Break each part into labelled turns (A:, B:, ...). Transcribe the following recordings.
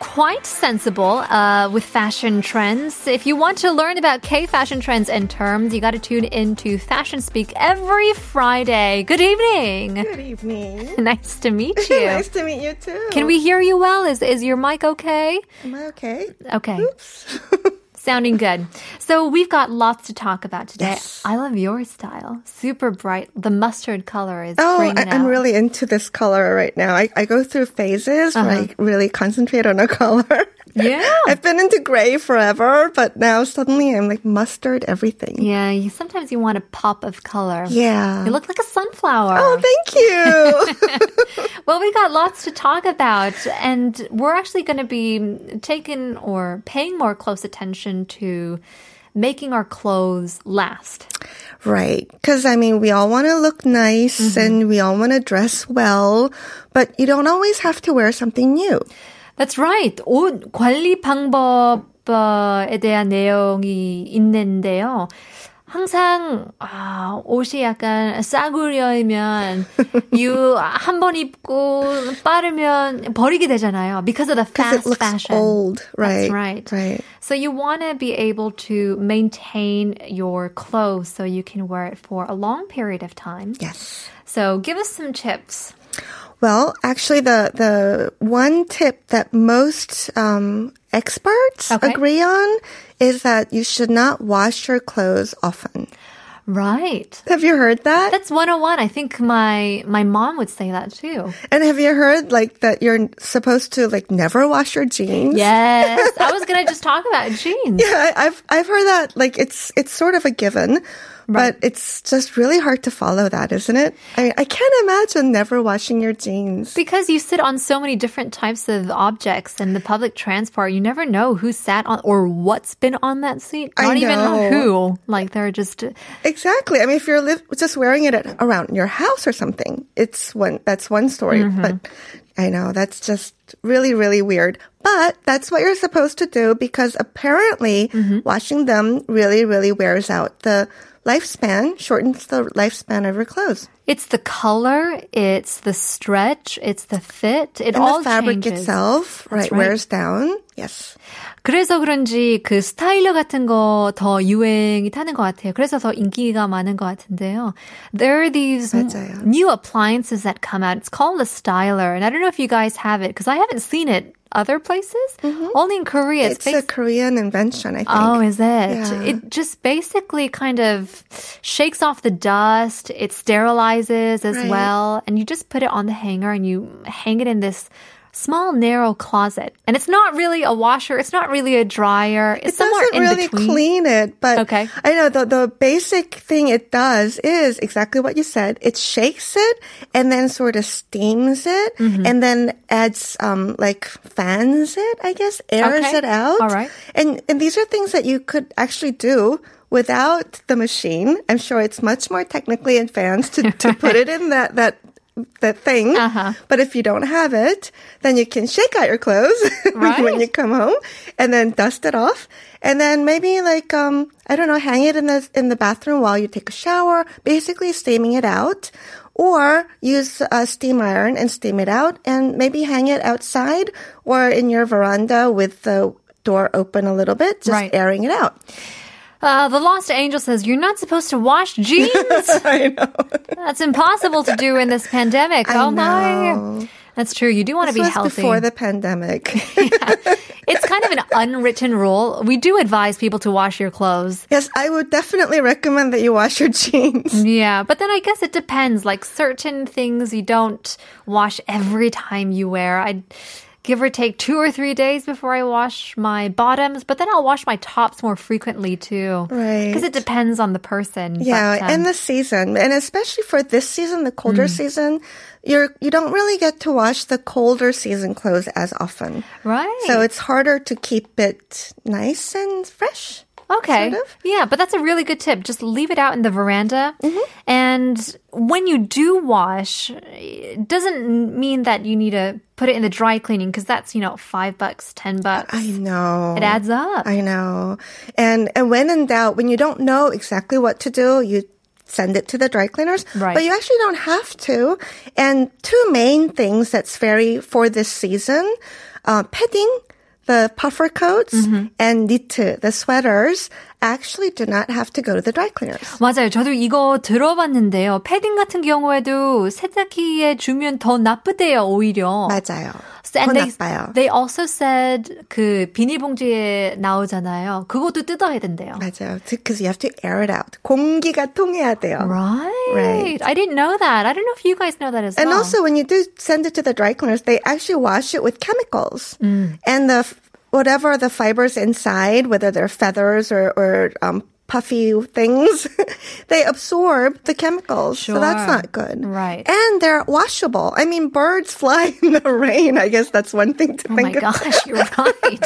A: quite sensible uh, with fashion trends. If you want to learn about K fashion trends and terms, you got to tune into Fashion Speak every Friday. Good evening.
B: Good evening.
A: Nice to meet you.
B: nice to meet you too.
A: Can we hear you well? Is is your mic okay?
B: Am I okay?
A: Okay. Sounding good. So we've got lots to talk about today.
B: Yes.
A: I love your style. Super bright. The mustard color is
B: Oh,
A: bringing
B: I, I'm
A: out-
B: really into this color right now. I, I go through phases where
A: Uh-huh.
B: I really concentrate on a color.
A: Yeah.
B: I've been into gray forever, but now suddenly I'm like mustard everything.
A: Yeah, you, sometimes you want a pop of color.
B: Yeah.
A: You look like a sunflower.
B: oh, thank you.
A: Well, we got lots to talk about, and we're actually going to be taking or paying more close attention to making our clothes last.
B: right. Because, I mean, we all want to look nice
A: Mm-hmm.
B: and we all want to dress well, but you don't always have to wear something new.
A: That's right. 옷 관리 방법에 대한 내용이 있는데요. 항상 아, 옷이 약간 싸구려이면 유한 번 입고 빠르면 버리게 되잖아요. Because of the
B: Because
A: fast
B: it looks
A: fashion.
B: old. Right.
A: That's right.
B: Right.
A: So you want to be able to maintain your clothes so you can wear it for a long period of time.
B: Yes.
A: So give us some tips.
B: Well, actually, the the one tip that most um, experts
A: Okay.
B: agree on is that you should not wash your clothes often.
A: Right.
B: Have you heard that?
A: That's 101. I think my my mom would say that too.
B: and have you heard like that you're supposed to like never wash your jeans?
A: Yes. I was going to just talk about jeans.
B: I, I've I've heard that like it's it's sort of a given. But it's just really hard to follow that, isn't it? I, I can't imagine never washing your jeans.
A: Because you sit on so many different types of objects in the public transport, you never know who sat on or what's been on that seat.
B: I
A: Not even
B: know.
A: who. Like there are just
B: Exactly. I mean, if you're live, just wearing it at, around your house or something, it's one. That's one story.
A: Mm-hmm.
B: But I know that's just really, really weird. But that's what you're supposed to do because apparently
A: Mm-hmm.
B: washing them really, really wears out the lifespan, shortens the lifespan of your clothes.
A: It's the color, it's the stretch, it's the fit. It
B: And
A: all
B: the fabric
A: changes.
B: itself, right,
A: right.
B: wears down. Yes.
A: 그래서 그런지 그 스타일러 같은 거 더 유행이 타는 것 같아요. 그래서 더 인기가 많은 것 같은데요. There are these
B: 맞아요.
A: new appliances that come out. It's called a styler, and I don't know if you guys have it because I haven't seen it other places. Only in Korea.
B: Mm-hmm. It's a Korean invention, I think.
A: Oh, is it?
B: Yeah.
A: It just basically kind of shakes off the dust. It sterilizes as
B: Right.
A: well. And you just put it on the hanger and you hang it in this small, narrow closet. And it's not really a washer. It's not really a dryer. It's
B: It
A: somewhere
B: doesn't
A: in
B: really
A: between.
B: clean it, but
A: Okay.
B: I know the the basic thing it does is exactly what you said. It shakes it and then sort of steams it
A: Mm-hmm.
B: and then adds um like fans it, I guess, airs
A: Okay.
B: it out.
A: All right.
B: And and these are things that you could actually do without the machine. I'm sure it's much more technically advanced to, to put it in that that that thing. But if you don't have it, then you can shake out your clothes
A: Right.
B: when you come home and then dust it off and then maybe like um I don't know hang it in the in the bathroom while you take a shower basically steaming it out or use a steam iron and steam it out and maybe hang it outside or in your veranda with the door open a little bit just
A: Right.
B: airing it out.
A: Uh, the Lost Angel says, You're not supposed to wash jeans.
B: I know.
A: That's impossible to do in this pandemic.
B: I
A: oh, my.
B: know.
A: That's true. You do want to
B: This
A: be
B: was
A: healthy.
B: before the pandemic.
A: It's kind of an unwritten rule. We do advise people to wash your clothes.
B: yes, I would definitely recommend that you wash your jeans.
A: Yeah, but then I guess it depends. Like certain things you don't wash every time you wear. I give or take two or three days before I wash my bottoms, but then I'll wash my tops more frequently too.
B: Right.
A: Because it depends on the person.
B: Yeah,
A: But, um,
B: and the season, and especially for this season, the colder
A: Mm.
B: season, you're you don't really get to wash the colder season clothes as often.
A: right.
B: So it's harder to keep it nice and fresh.
A: Okay.
B: sort of.
A: Yeah, but that's a really good tip. Just leave it out in the veranda.
B: Mm-hmm.
A: And when you do wash, it doesn't mean that you need to put it in the dry cleaning because that's, you know, five bucks, ten bucks.
B: I know.
A: it adds up.
B: I know. And and when in doubt, when you don't know exactly what to do, you send it to the dry cleaners.
A: Right.
B: But you actually don't have to. And two main things that's very for this season, uh, padding. The puffer coats
A: Mm-hmm.
B: and nitte, the sweaters, actually do not have to go to the dry cleaners.
A: 맞아요. 저도 이거 들어봤는데요. 패딩 같은 경우에도 세탁기에 주면 더 나쁘대요, 오히려.
B: 맞아요.
A: So- and
B: 더
A: they,
B: 나빠요.
A: they also said 그 비닐봉지에 나오잖아요. 그것도 뜯어야 된대요.
B: 맞아요. Because you have to air it out. 공기가 통해야 돼요.
A: Right.
B: Right.
A: I didn't know that. I don't know if you guys know that as
B: And
A: well.
B: also, when you do send it to the dry cleaners, they actually wash it with chemicals.
A: Mm.
B: And the f- whatever the fibers inside, whether they're feathers or, or um, puffy things, they absorb the chemicals. So that's
A: Sure.
B: not good.
A: Right.
B: And they're washable. I mean, birds fly in the rain. I guess that's one thing to
A: Oh my
B: think about.
A: gosh, you're right.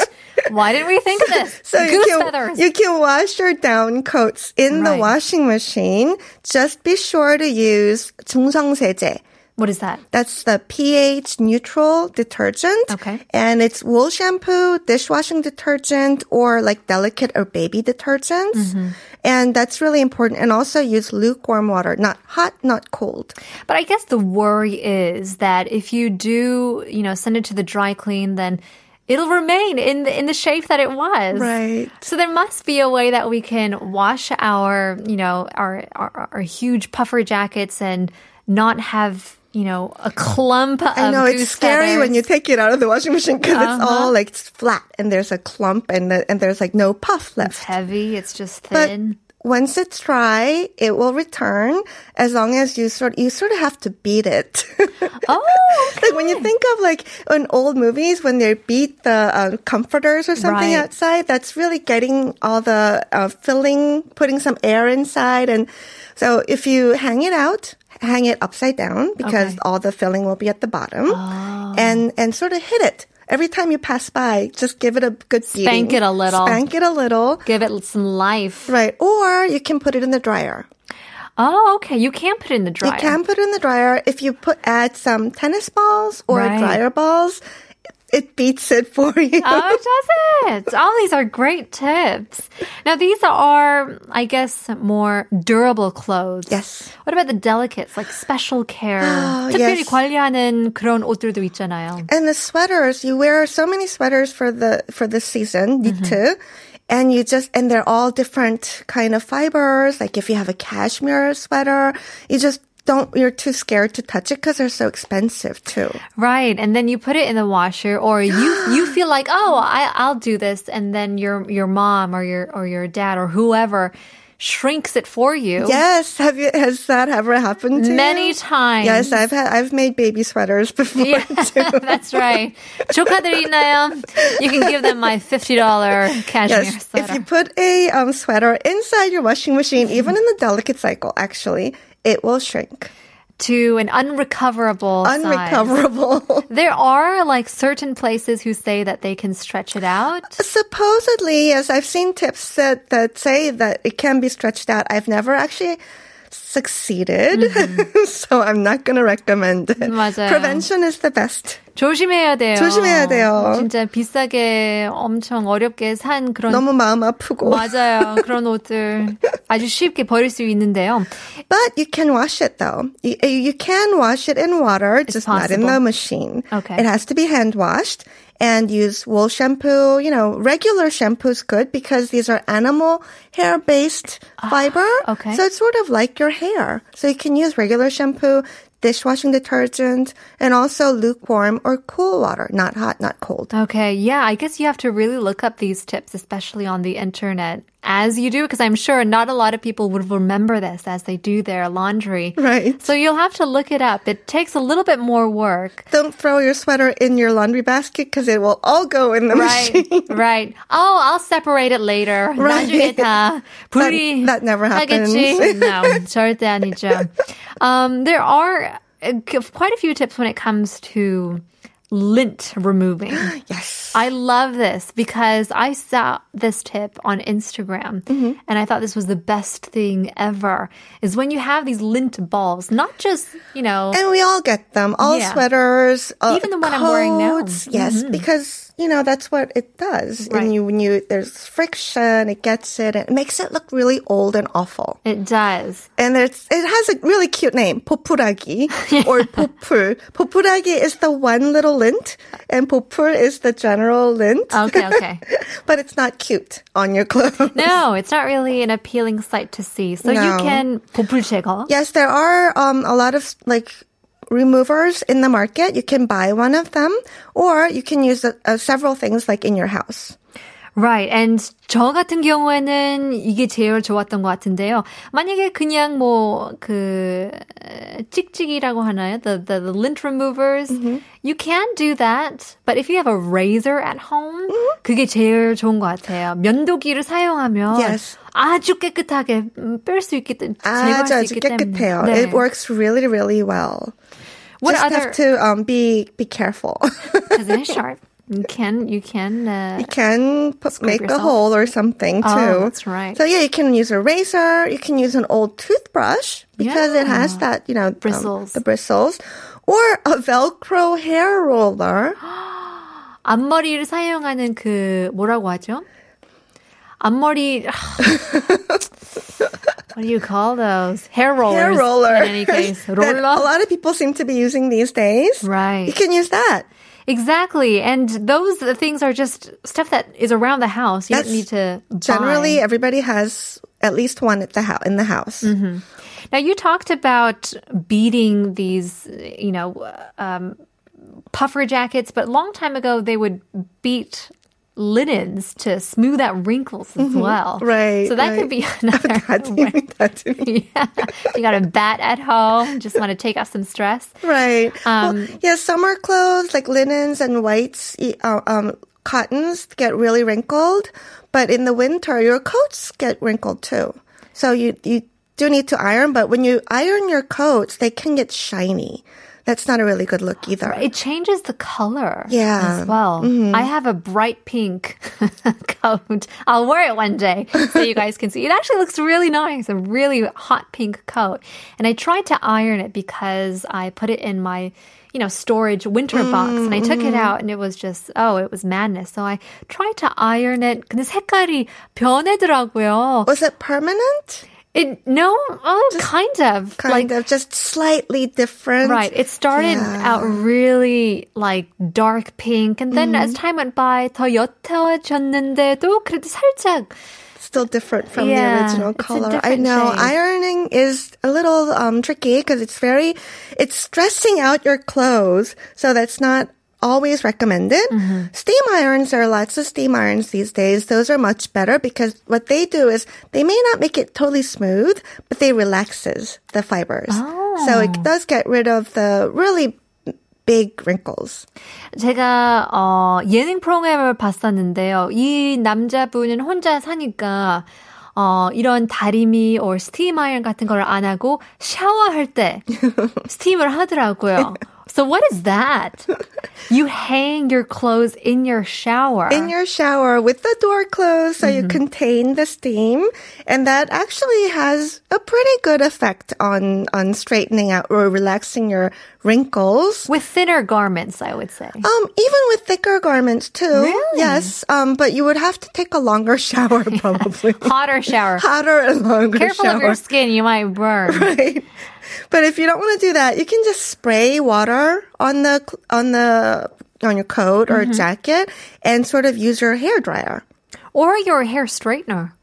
A: Why didn't we think of this?
B: So you
A: Goose
B: can,
A: feathers.
B: you can wash your down coats in the
A: Right.
B: washing machine. Just be sure to use 중성세제.
A: what is that?
B: That's the pH neutral detergent.
A: Okay.
B: And it's wool shampoo, dishwashing detergent, or like delicate or baby detergents.
A: Mm-hmm.
B: And that's really important. And also use lukewarm water, not hot, not cold.
A: But I guess the worry is that if you do, you know, send it to the dry clean, then it'll remain in the, in the shape that it was.
B: Right.
A: So there must be a way that we can wash our, you know, our our, our huge puffer jackets and not have, you know, a clump of
B: I know
A: goose
B: it's scary
A: feathers.
B: when
A: Uh-huh.
B: you take it out of the washing machine because it's all like flat and there's a clump and, the, and there's like no puff left.
A: it's heavy, it's just
B: But
A: thin.
B: once it's dry, it will return as long as you sort you sort of have to beat it.
A: oh, okay.
B: like when you think of like in old movies when they beat the uh, comforters or something
A: Right.
B: outside, that's really getting all the uh, filling, putting some air inside, and so if you hang it out, hang it upside down because
A: Okay. Oh.
B: all the filling will be at the bottom, and and sort of hit it. Every time you pass by, just give it a good
A: Spank
B: beating.
A: it a little.
B: Spank it a little.
A: give it some life.
B: Right. Or you can put it in the dryer.
A: Oh, okay. You can put it in the dryer.
B: You can put it in the dryer. If you put add some tennis balls or
A: Right.
B: dryer balls, it beats it for you.
A: Oh, it does it? All these are great tips. Now, these are, I guess, more durable clothes.
B: Yes.
A: What about the delicates, like special care?
B: Oh,
A: 특별히
B: yes.
A: 관리하는 그런 옷들도 있잖아요.
B: And the sweaters, you wear so many sweaters for the for this season, knit
A: Mm-hmm.
B: too. And you just and they're all different kind of fibers. Like if you have a cashmere sweater, you just don't you're too scared to touch it because they're so expensive too.
A: Right, and then you put it in the washer, or you you feel like, oh, I I'll do this, and then your your mom or your or your dad or whoever shrinks it for you.
B: Yes, have you has that ever happened to you?
A: Many times.
B: Yes, I've had I've made baby sweaters before too.
A: That's right. 축하드리나요? You can give them my $50 cashmere
B: Yes,
A: sweater.
B: if you put a um, sweater inside your washing machine, even in the delicate cycle, actually, it will shrink.
A: to an unrecoverable size.
B: Unrecoverable.
A: There are like certain places who say that they can stretch it out.
B: Supposedly, yes, I've seen tips that, that say that it can be stretched out. I've never actually succeeded, so I'm not going to recommend it.
A: Mm-hmm. 맞아요.
B: Prevention is the best.
A: 조심해야 돼요.
B: 조심해야 돼요.
A: 진짜 비싸게 엄청 어렵게 산 그런
B: 너무 마음 아프고.
A: 맞아요. 그런 옷들 아주 쉽게 버릴 수 있는데요.
B: But you can wash it though. You, uh, you can wash it in water, just not in
A: possible.
B: the machine.
A: Okay.
B: It has to be hand washed and use wool shampoo. You know, regular shampoo's good because these are animal hair based fiber.
A: Ah, okay.
B: So it's sort of like your hair. So you can use regular shampoo, dishwashing detergent, and also lukewarm or cool water, not hot, not cold.
A: Okay, yeah, I guess you have to really look up these tips, especially on the internet, as you do, because I'm sure not a lot of people would remember this as they do their laundry.
B: Right.
A: So you'll have to look it up. It takes a little bit more work.
B: Don't throw your sweater in your laundry basket because it will all go in the
A: Right,
B: machine.
A: right. Oh, I'll separate it later.
B: Right.
A: 나중에 다 분리
B: That- that never happens.
A: 하겠지? No, 절대 아니죠. Um, there are uh, quite a few tips when it comes to lint removing.
B: Yes.
A: I love this because I saw this tip on Instagram
B: Mm-hmm.
A: and I thought this was the best thing ever is when you have these lint balls, not just, you know,
B: And we all get them. All
A: Yeah.
B: sweaters, uh,
A: Even the one I'm wearing now. Mm-hmm.
B: coats. Yes, because you know that's what it does.
A: Right.
B: And you, when you there's friction, it gets it, and it makes it look really old and awful.
A: it does.
B: And it's it has a really cute name, popuragi or popur. Popuragi is the one little lint, and popur is the general lint.
A: Okay, okay.
B: but it's not cute on your clothes.
A: No, it's not really an appealing sight to see. So you
B: No.
A: can 보풀 제거.
B: Yes, there are um, a lot of like removers in the market. You can buy one of them, or you can use uh, uh, several things like in your house.
A: Right. And 저 같은 경우에는 이게 제일 좋았던 것 같은데요. 만약에 그냥 뭐 그 찍찍이라고 하나요? The, the, the lint removers. You can do that. But if you have a razor at home,
B: 음?
A: 그게 제일 좋은 것 같아요. 면도기를 사용하면
B: Yes.
A: 아주 깨끗하게 뺄 수 있기 때문에 제거할
B: 아주
A: 수
B: 아주
A: 있기 때문에.
B: 깨끗해요.
A: 네.
B: It works really really well.
A: What
B: Just
A: other
B: have to um, be be careful.
A: because it is sharp. You can you can uh,
B: you can put, make
A: yourself. Oh,
B: a hole or something too.
A: that's right.
B: So yeah, you can use a razor. You can use an old toothbrush because it has that you know um,
A: Bristles.
B: the bristles, or a Velcro hair roller.
A: 앞머리를 사용하는 그 뭐라고 하죠? 앞머리 What do you call those? Hair rollers.
B: hair roller.
A: In any case,
B: That
A: roller.
B: a lot of people seem to be using these days.
A: Right.
B: You can use that.
A: Exactly. And those things are just stuff that is around the house. You don't
B: That's
A: need to buy.
B: Generally, everybody has at least one at the house in the house.
A: Mm-hmm. Now you talked about beating these, you know, um, puffer jackets, but long time ago they would beat linens to smooth out wrinkles as well.
B: Mm-hmm. Right,
A: So that could
B: right.
A: be another
B: That to
A: way.
B: me, that to me.
A: yeah. You got a bat at home, just want to take off some stress.
B: Right.
A: Um,
B: well, yeah, summer clothes like linens and whites, e- uh, um, cottons get really wrinkled, but in the winter, your coats get wrinkled too. So you you do need to iron, but when you iron your coats, they can get shiny. That's not a really good look either.
A: It changes the color
B: Yeah. Mm-hmm.
A: as well. I have a bright pink coat. I'll wear it one day so you guys can see. It actually looks really nice, a really hot pink coat. And I tried to iron it because I put it in my you know, storage winter
B: Mm,
A: box. And I took it
B: mm-hmm.
A: out and it was just, oh, it was madness. So I tried to iron it. 근데 색깔이 변하더라고요.
B: Was it permanent?
A: It, no, oh, kind of. like,
B: Kind of just slightly different.
A: Right. It started out really like dark pink, and then as time went by, 더 옅어졌는데도 그래도 살짝
B: still different from
A: Yeah,
B: the original
A: it's a
B: color. I
A: different
B: know
A: shade.
B: ironing is a little um, tricky because it's very, it's stressing out your clothes, so that's not always recommended.
A: Mm-hmm.
B: Steam irons there are lots of steam irons these days. Those are much better because what they do is they may not make it totally smooth, but they relaxes the fibers, so
A: Oh.
B: it does get rid of the really big wrinkles.
A: 제가 어, 예능 프로그램을 봤었는데요. 이 남자분은 혼자 사니까 어, 이런 다리미 or 스팀 아이언 같은 걸 안 하고 샤워할 때 스팀을 하더라고요. So what is that? You hang your clothes in your shower.
B: in your shower with the door closed so
A: Mm-hmm.
B: you contain the steam and that actually has a pretty good effect on on straightening out or relaxing your wrinkles
A: with thinner garments, I would say.
B: um even with thicker garments too
A: Really?
B: yes um but you would have to take a longer shower probably
A: Hotter shower.
B: hotter and longer
A: Careful
B: shower
A: of your skin, you might burn.
B: right? But if you don't want to do that, you can just spray water on the cl- on the on your coat or
A: Mm-hmm.
B: jacket and sort of use your hair dryer.
A: or your hair straightener.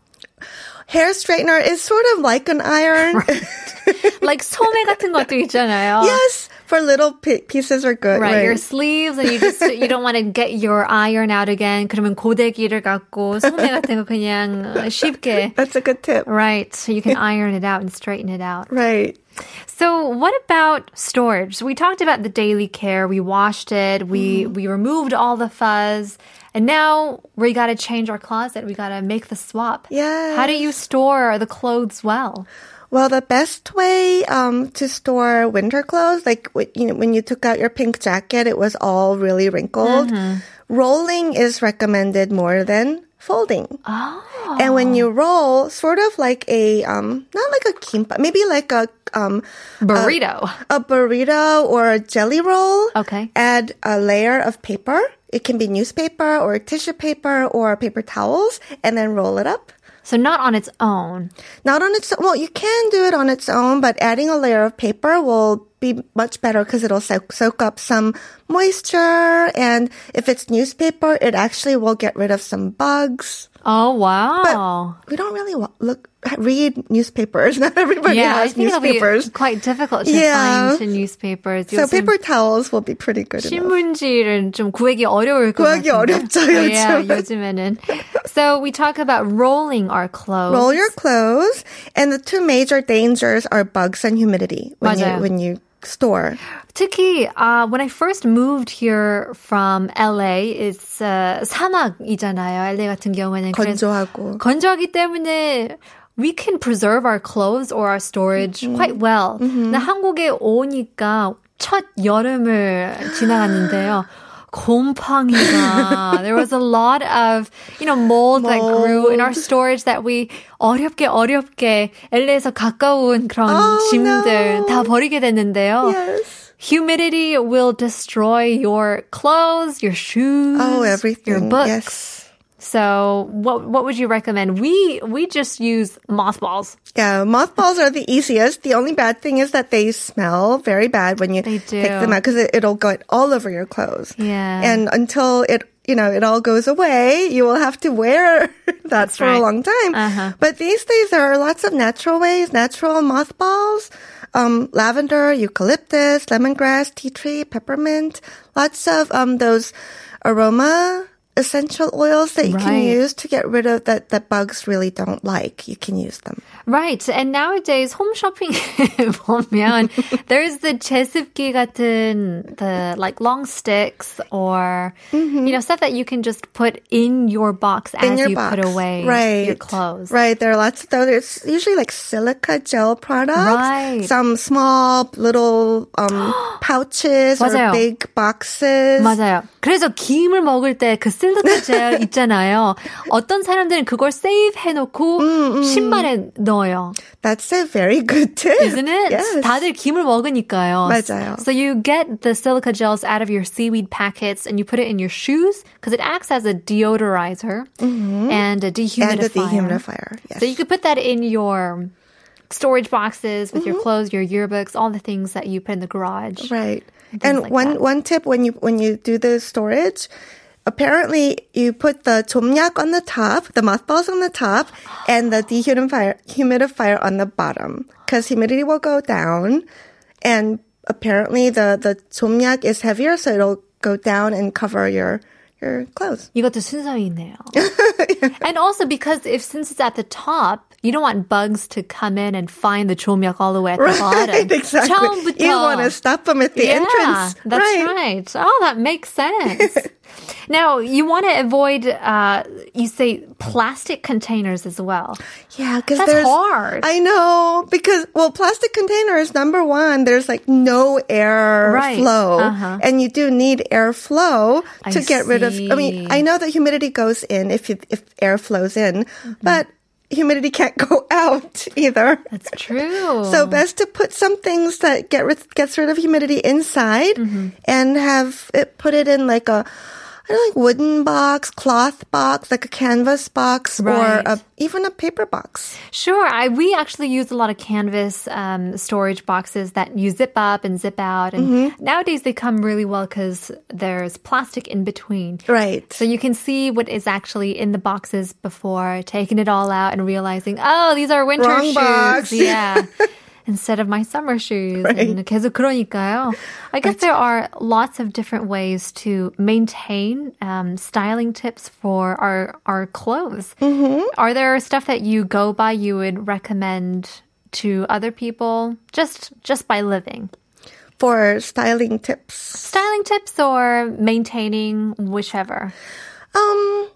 B: Hair straightener is sort of like an iron.
A: Like 소매 같은 것도 있잖아요.
B: yes, for little pi pieces are good.
A: Right,
B: Right.
A: your sleeves, and you just you don't want to get your iron out again. 그러면 고데기를 갖고 소매 같은 거 그냥 uh, 쉽게.
B: That's a good tip.
A: Right, so you can iron it out and straighten it out.
B: Right.
A: So, what about storage? We talked about the daily care. We washed it. We
B: Mm.
A: we removed all the fuzz, and now we got to change our closet. We got to make the swap. How do you store the clothes well?
B: Well, the best way um, to store winter clothes, like wh- you know, when you took out your pink jacket, it was all really wrinkled.
A: Mm-hmm.
B: Rolling is recommended more than folding.
A: Oh.
B: And when you roll, sort of like a um, not like a kimbap, maybe like a um,
A: Uh, Burrito.
B: a burrito or a jelly roll.
A: Okay.
B: Add a layer of paper. It can be newspaper or tissue paper or paper towels, and then roll it up.
A: so not on its own.
B: Not on its well, you can do it on its own, but adding a layer of paper will be much better because it'll soak, soak up some moisture, and if it's newspaper, it actually will get rid of some bugs.
A: Oh wow.
B: We don't really wa- look read newspapers. Not everybody
A: yeah, I
B: has
A: think
B: newspapers.
A: it'll be quite difficult to
B: Yeah.
A: find newspapers.
B: So paper towels will be pretty good. enough.
A: 신문지를 좀 구하기 어려울 것
B: 구하기
A: 같은데.
B: 어렵죠,
A: yeah,
B: 요즘은.
A: 요즘에는. So we talk about rolling our clothes.
B: Roll your clothes, and the two major dangers are bugs and humidity when
A: 맞아요.
B: you when you store.
A: 특히 uh, when I first moved here from LA, it's uh, 사막이잖아요. LA 같은 경우에는 그래서
B: 건조하고.
A: 건조하기 때문에 we can preserve our clothes or our storage quite well. 근데 한국에 오니까 첫 여름을 지나갔는데요. 곰팡이가 there was a lot of you know mold, that grew in our storage that we 어렵게 어렵게 LA에서 가까운 그런
B: Oh,
A: 짐들
B: no.
A: 다 버리게 됐는데요.
B: Yes.
A: Humidity will destroy your clothes, your shoes,
B: Oh, everything.
A: your books.
B: Yes.
A: So what what would you recommend? We we just use mothballs.
B: Yeah, mothballs are the easiest. The only bad thing is that they smell very bad when you
A: They do.
B: take them out because it, it'll go all over your clothes.
A: Yeah.
B: And until it, you know, it all goes away, you will have to wear that for
A: right.
B: a long time.
A: Uh-huh.
B: But these days there are lots of natural ways, natural mothballs, um, lavender, eucalyptus, lemongrass, tea tree, peppermint, lots of um, those aroma essential oils that you can
A: Right.
B: use to get rid of that that bugs really don't like. You can use them.
A: Right. And nowadays 홈쇼핑 보면 there's the 제습기 같은 the like long sticks or you know stuff that you can just put Mm-hmm. in your box as
B: in your
A: you
B: box.
A: put away
B: right.
A: your clothes.
B: Right. There are lots of those. It's usually like silica gel products.
A: Right.
B: Some small little um, pouches or
A: 맞아요.
B: big boxes.
A: 맞아요. 그래서 김을 먹을 때 그 실리카 젤 있잖아요. 어떤 사람들은 그걸 세이브 해놓고
B: 음,
A: 신발에 넣어요.
B: That's a very good tip.
A: Isn't it?
B: Yes.
A: 다들 김을 먹으니까요.
B: 맞아요.
A: So you get the silica gels out of your seaweed packets and you put it in your shoes because it acts as a deodorizer and a dehumidifier.
B: Mm-hmm. and a dehumidifier. Yes.
A: So you could put that in your storage boxes with
B: Mm-hmm.
A: your clothes, your yearbooks, all the things that you put in the garage.
B: Right. And,
A: like
B: one
A: that.
B: one tip when you when you do the storage, apparently you put the chomyak on the top, the mothballs on the top, and the dehumidifier humidifier on the bottom because humidity will go down, and apparently the the chomyak is heavier, so it'll go down and cover your your clothes.
A: 이것도 순서이 있네요. And also because if since it's at the top, you don't want bugs to come in and find the chomyak all the way at the bottom.
B: Right, exactly.
A: 처음부터.
B: You want to stop them at the
A: yeah,
B: entrance.
A: That's right. Oh, that makes sense. now you want to avoid uh, you say plastic containers as well.
B: Yeah, because
A: That's
B: there's
A: hard.
B: I know because well, plastic containers number one. There's like no air
A: Right.
B: flow,
A: Uh-huh.
B: and you do need air flow
A: I
B: to get rid of. I
A: see.
B: mean, I know that humidity goes in if you, if air flows in,
A: Mm-hmm.
B: but humidity can't go out either.
A: That's true.
B: So best to put some things that get rid, gets rid of humidity inside,
A: Mm-hmm.
B: and have it put it in like a. I don't know, like wooden box, cloth box, like a canvas box,
A: Right.
B: or a, even a paper box.
A: Sure. I we actually use a lot of canvas um, storage boxes that you zip up and zip out, and
B: Mm-hmm.
A: nowadays they come really well because there's plastic in between.
B: Right.
A: So you can see what is actually in the boxes before taking it all out and realizing, oh, these are winter
B: Wrong
A: shoes.
B: box.
A: Yeah. Instead of my summer shoes. And 계속 그러니까요. I guess there are lots of different ways to maintain um, styling tips for our, our clothes.
B: Mm-hmm.
A: Are there stuff that you go by you would recommend to other people just just by living?
B: for styling tips.
A: Styling tips or maintaining whichever?
B: Um,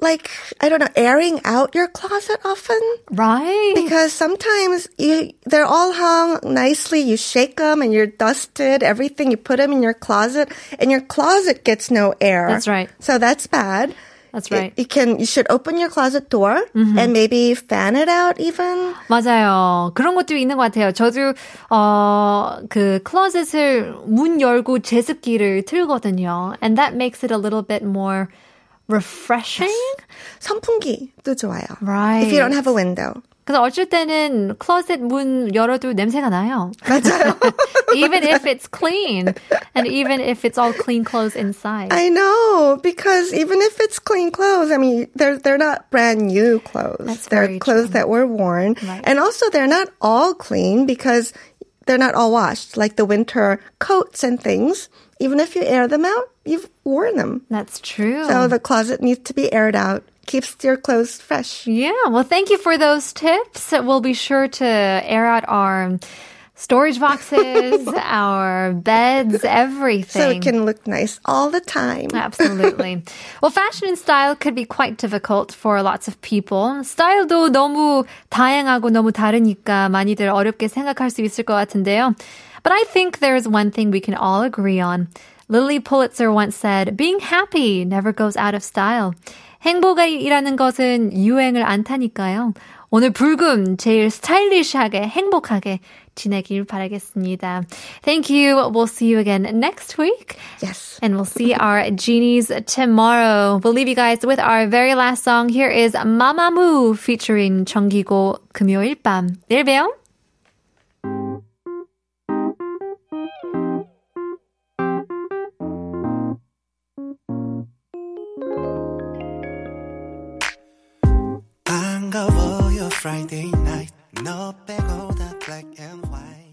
B: like I don't know, airing out your closet often
A: Mm. Right.
B: because sometimes you they're all hung nicely. You shake them and you're dusted. Everything you put them in your closet, and your closet gets no air.
A: That's right.
B: So that's bad.
A: That's
B: It-
A: right. Mm-hmm.
B: you can you should open your closet door and maybe fan it out even.
A: 맞아요. 그런 것도 있는 것 같아요. 저도 어, 그 클로젯을 문 열고 제습기를 틀거든요. And that makes it a little bit more refreshing.
B: 선풍기도 좋아요.
A: Right.
B: If you don't have a window.
A: 근데 어쩔 때는 클로젯 문 열어도 냄새가 나요.
B: 맞아요.
A: even if it's clean and even if it's all clean clothes inside.
B: I know because even if it's clean clothes, I mean they're they're not brand new clothes.
A: That's
B: they're
A: very
B: clothes that were worn, and also they're not all clean because they're not all washed. Like the winter coats and things, even if you air them out, you've worn them.
A: That's true.
B: So the closet needs to be aired out. Keeps your clothes fresh.
A: Yeah, well, thank you for those tips. We'll be sure to air out our storage boxes, our beds, everything.
B: So it can look nice all the time.
A: Absolutely. well, fashion and style could be quite difficult for lots of people. 스타일도 너무 다양하고 너무 다르니까 많이들 어렵게 생각할 수 있을 것 같은데요. But I think there is one thing we can all agree on. Lily Pulitzer once said, being happy never goes out of style. 행복이라는 것은 유행을 안 타니까요. 오늘 불금 제일 스타일리시하게 행복하게 지내길 바라겠습니다. Thank you. We'll see you again next week.
B: Yes.
A: And we'll see our genies tomorrow. We'll leave you guys with our very last song. Here is Mamamoo featuring 정기고 금요일 밤. 내일 봬요.
C: 반가워요 Friday night 너 빼고 다 black and white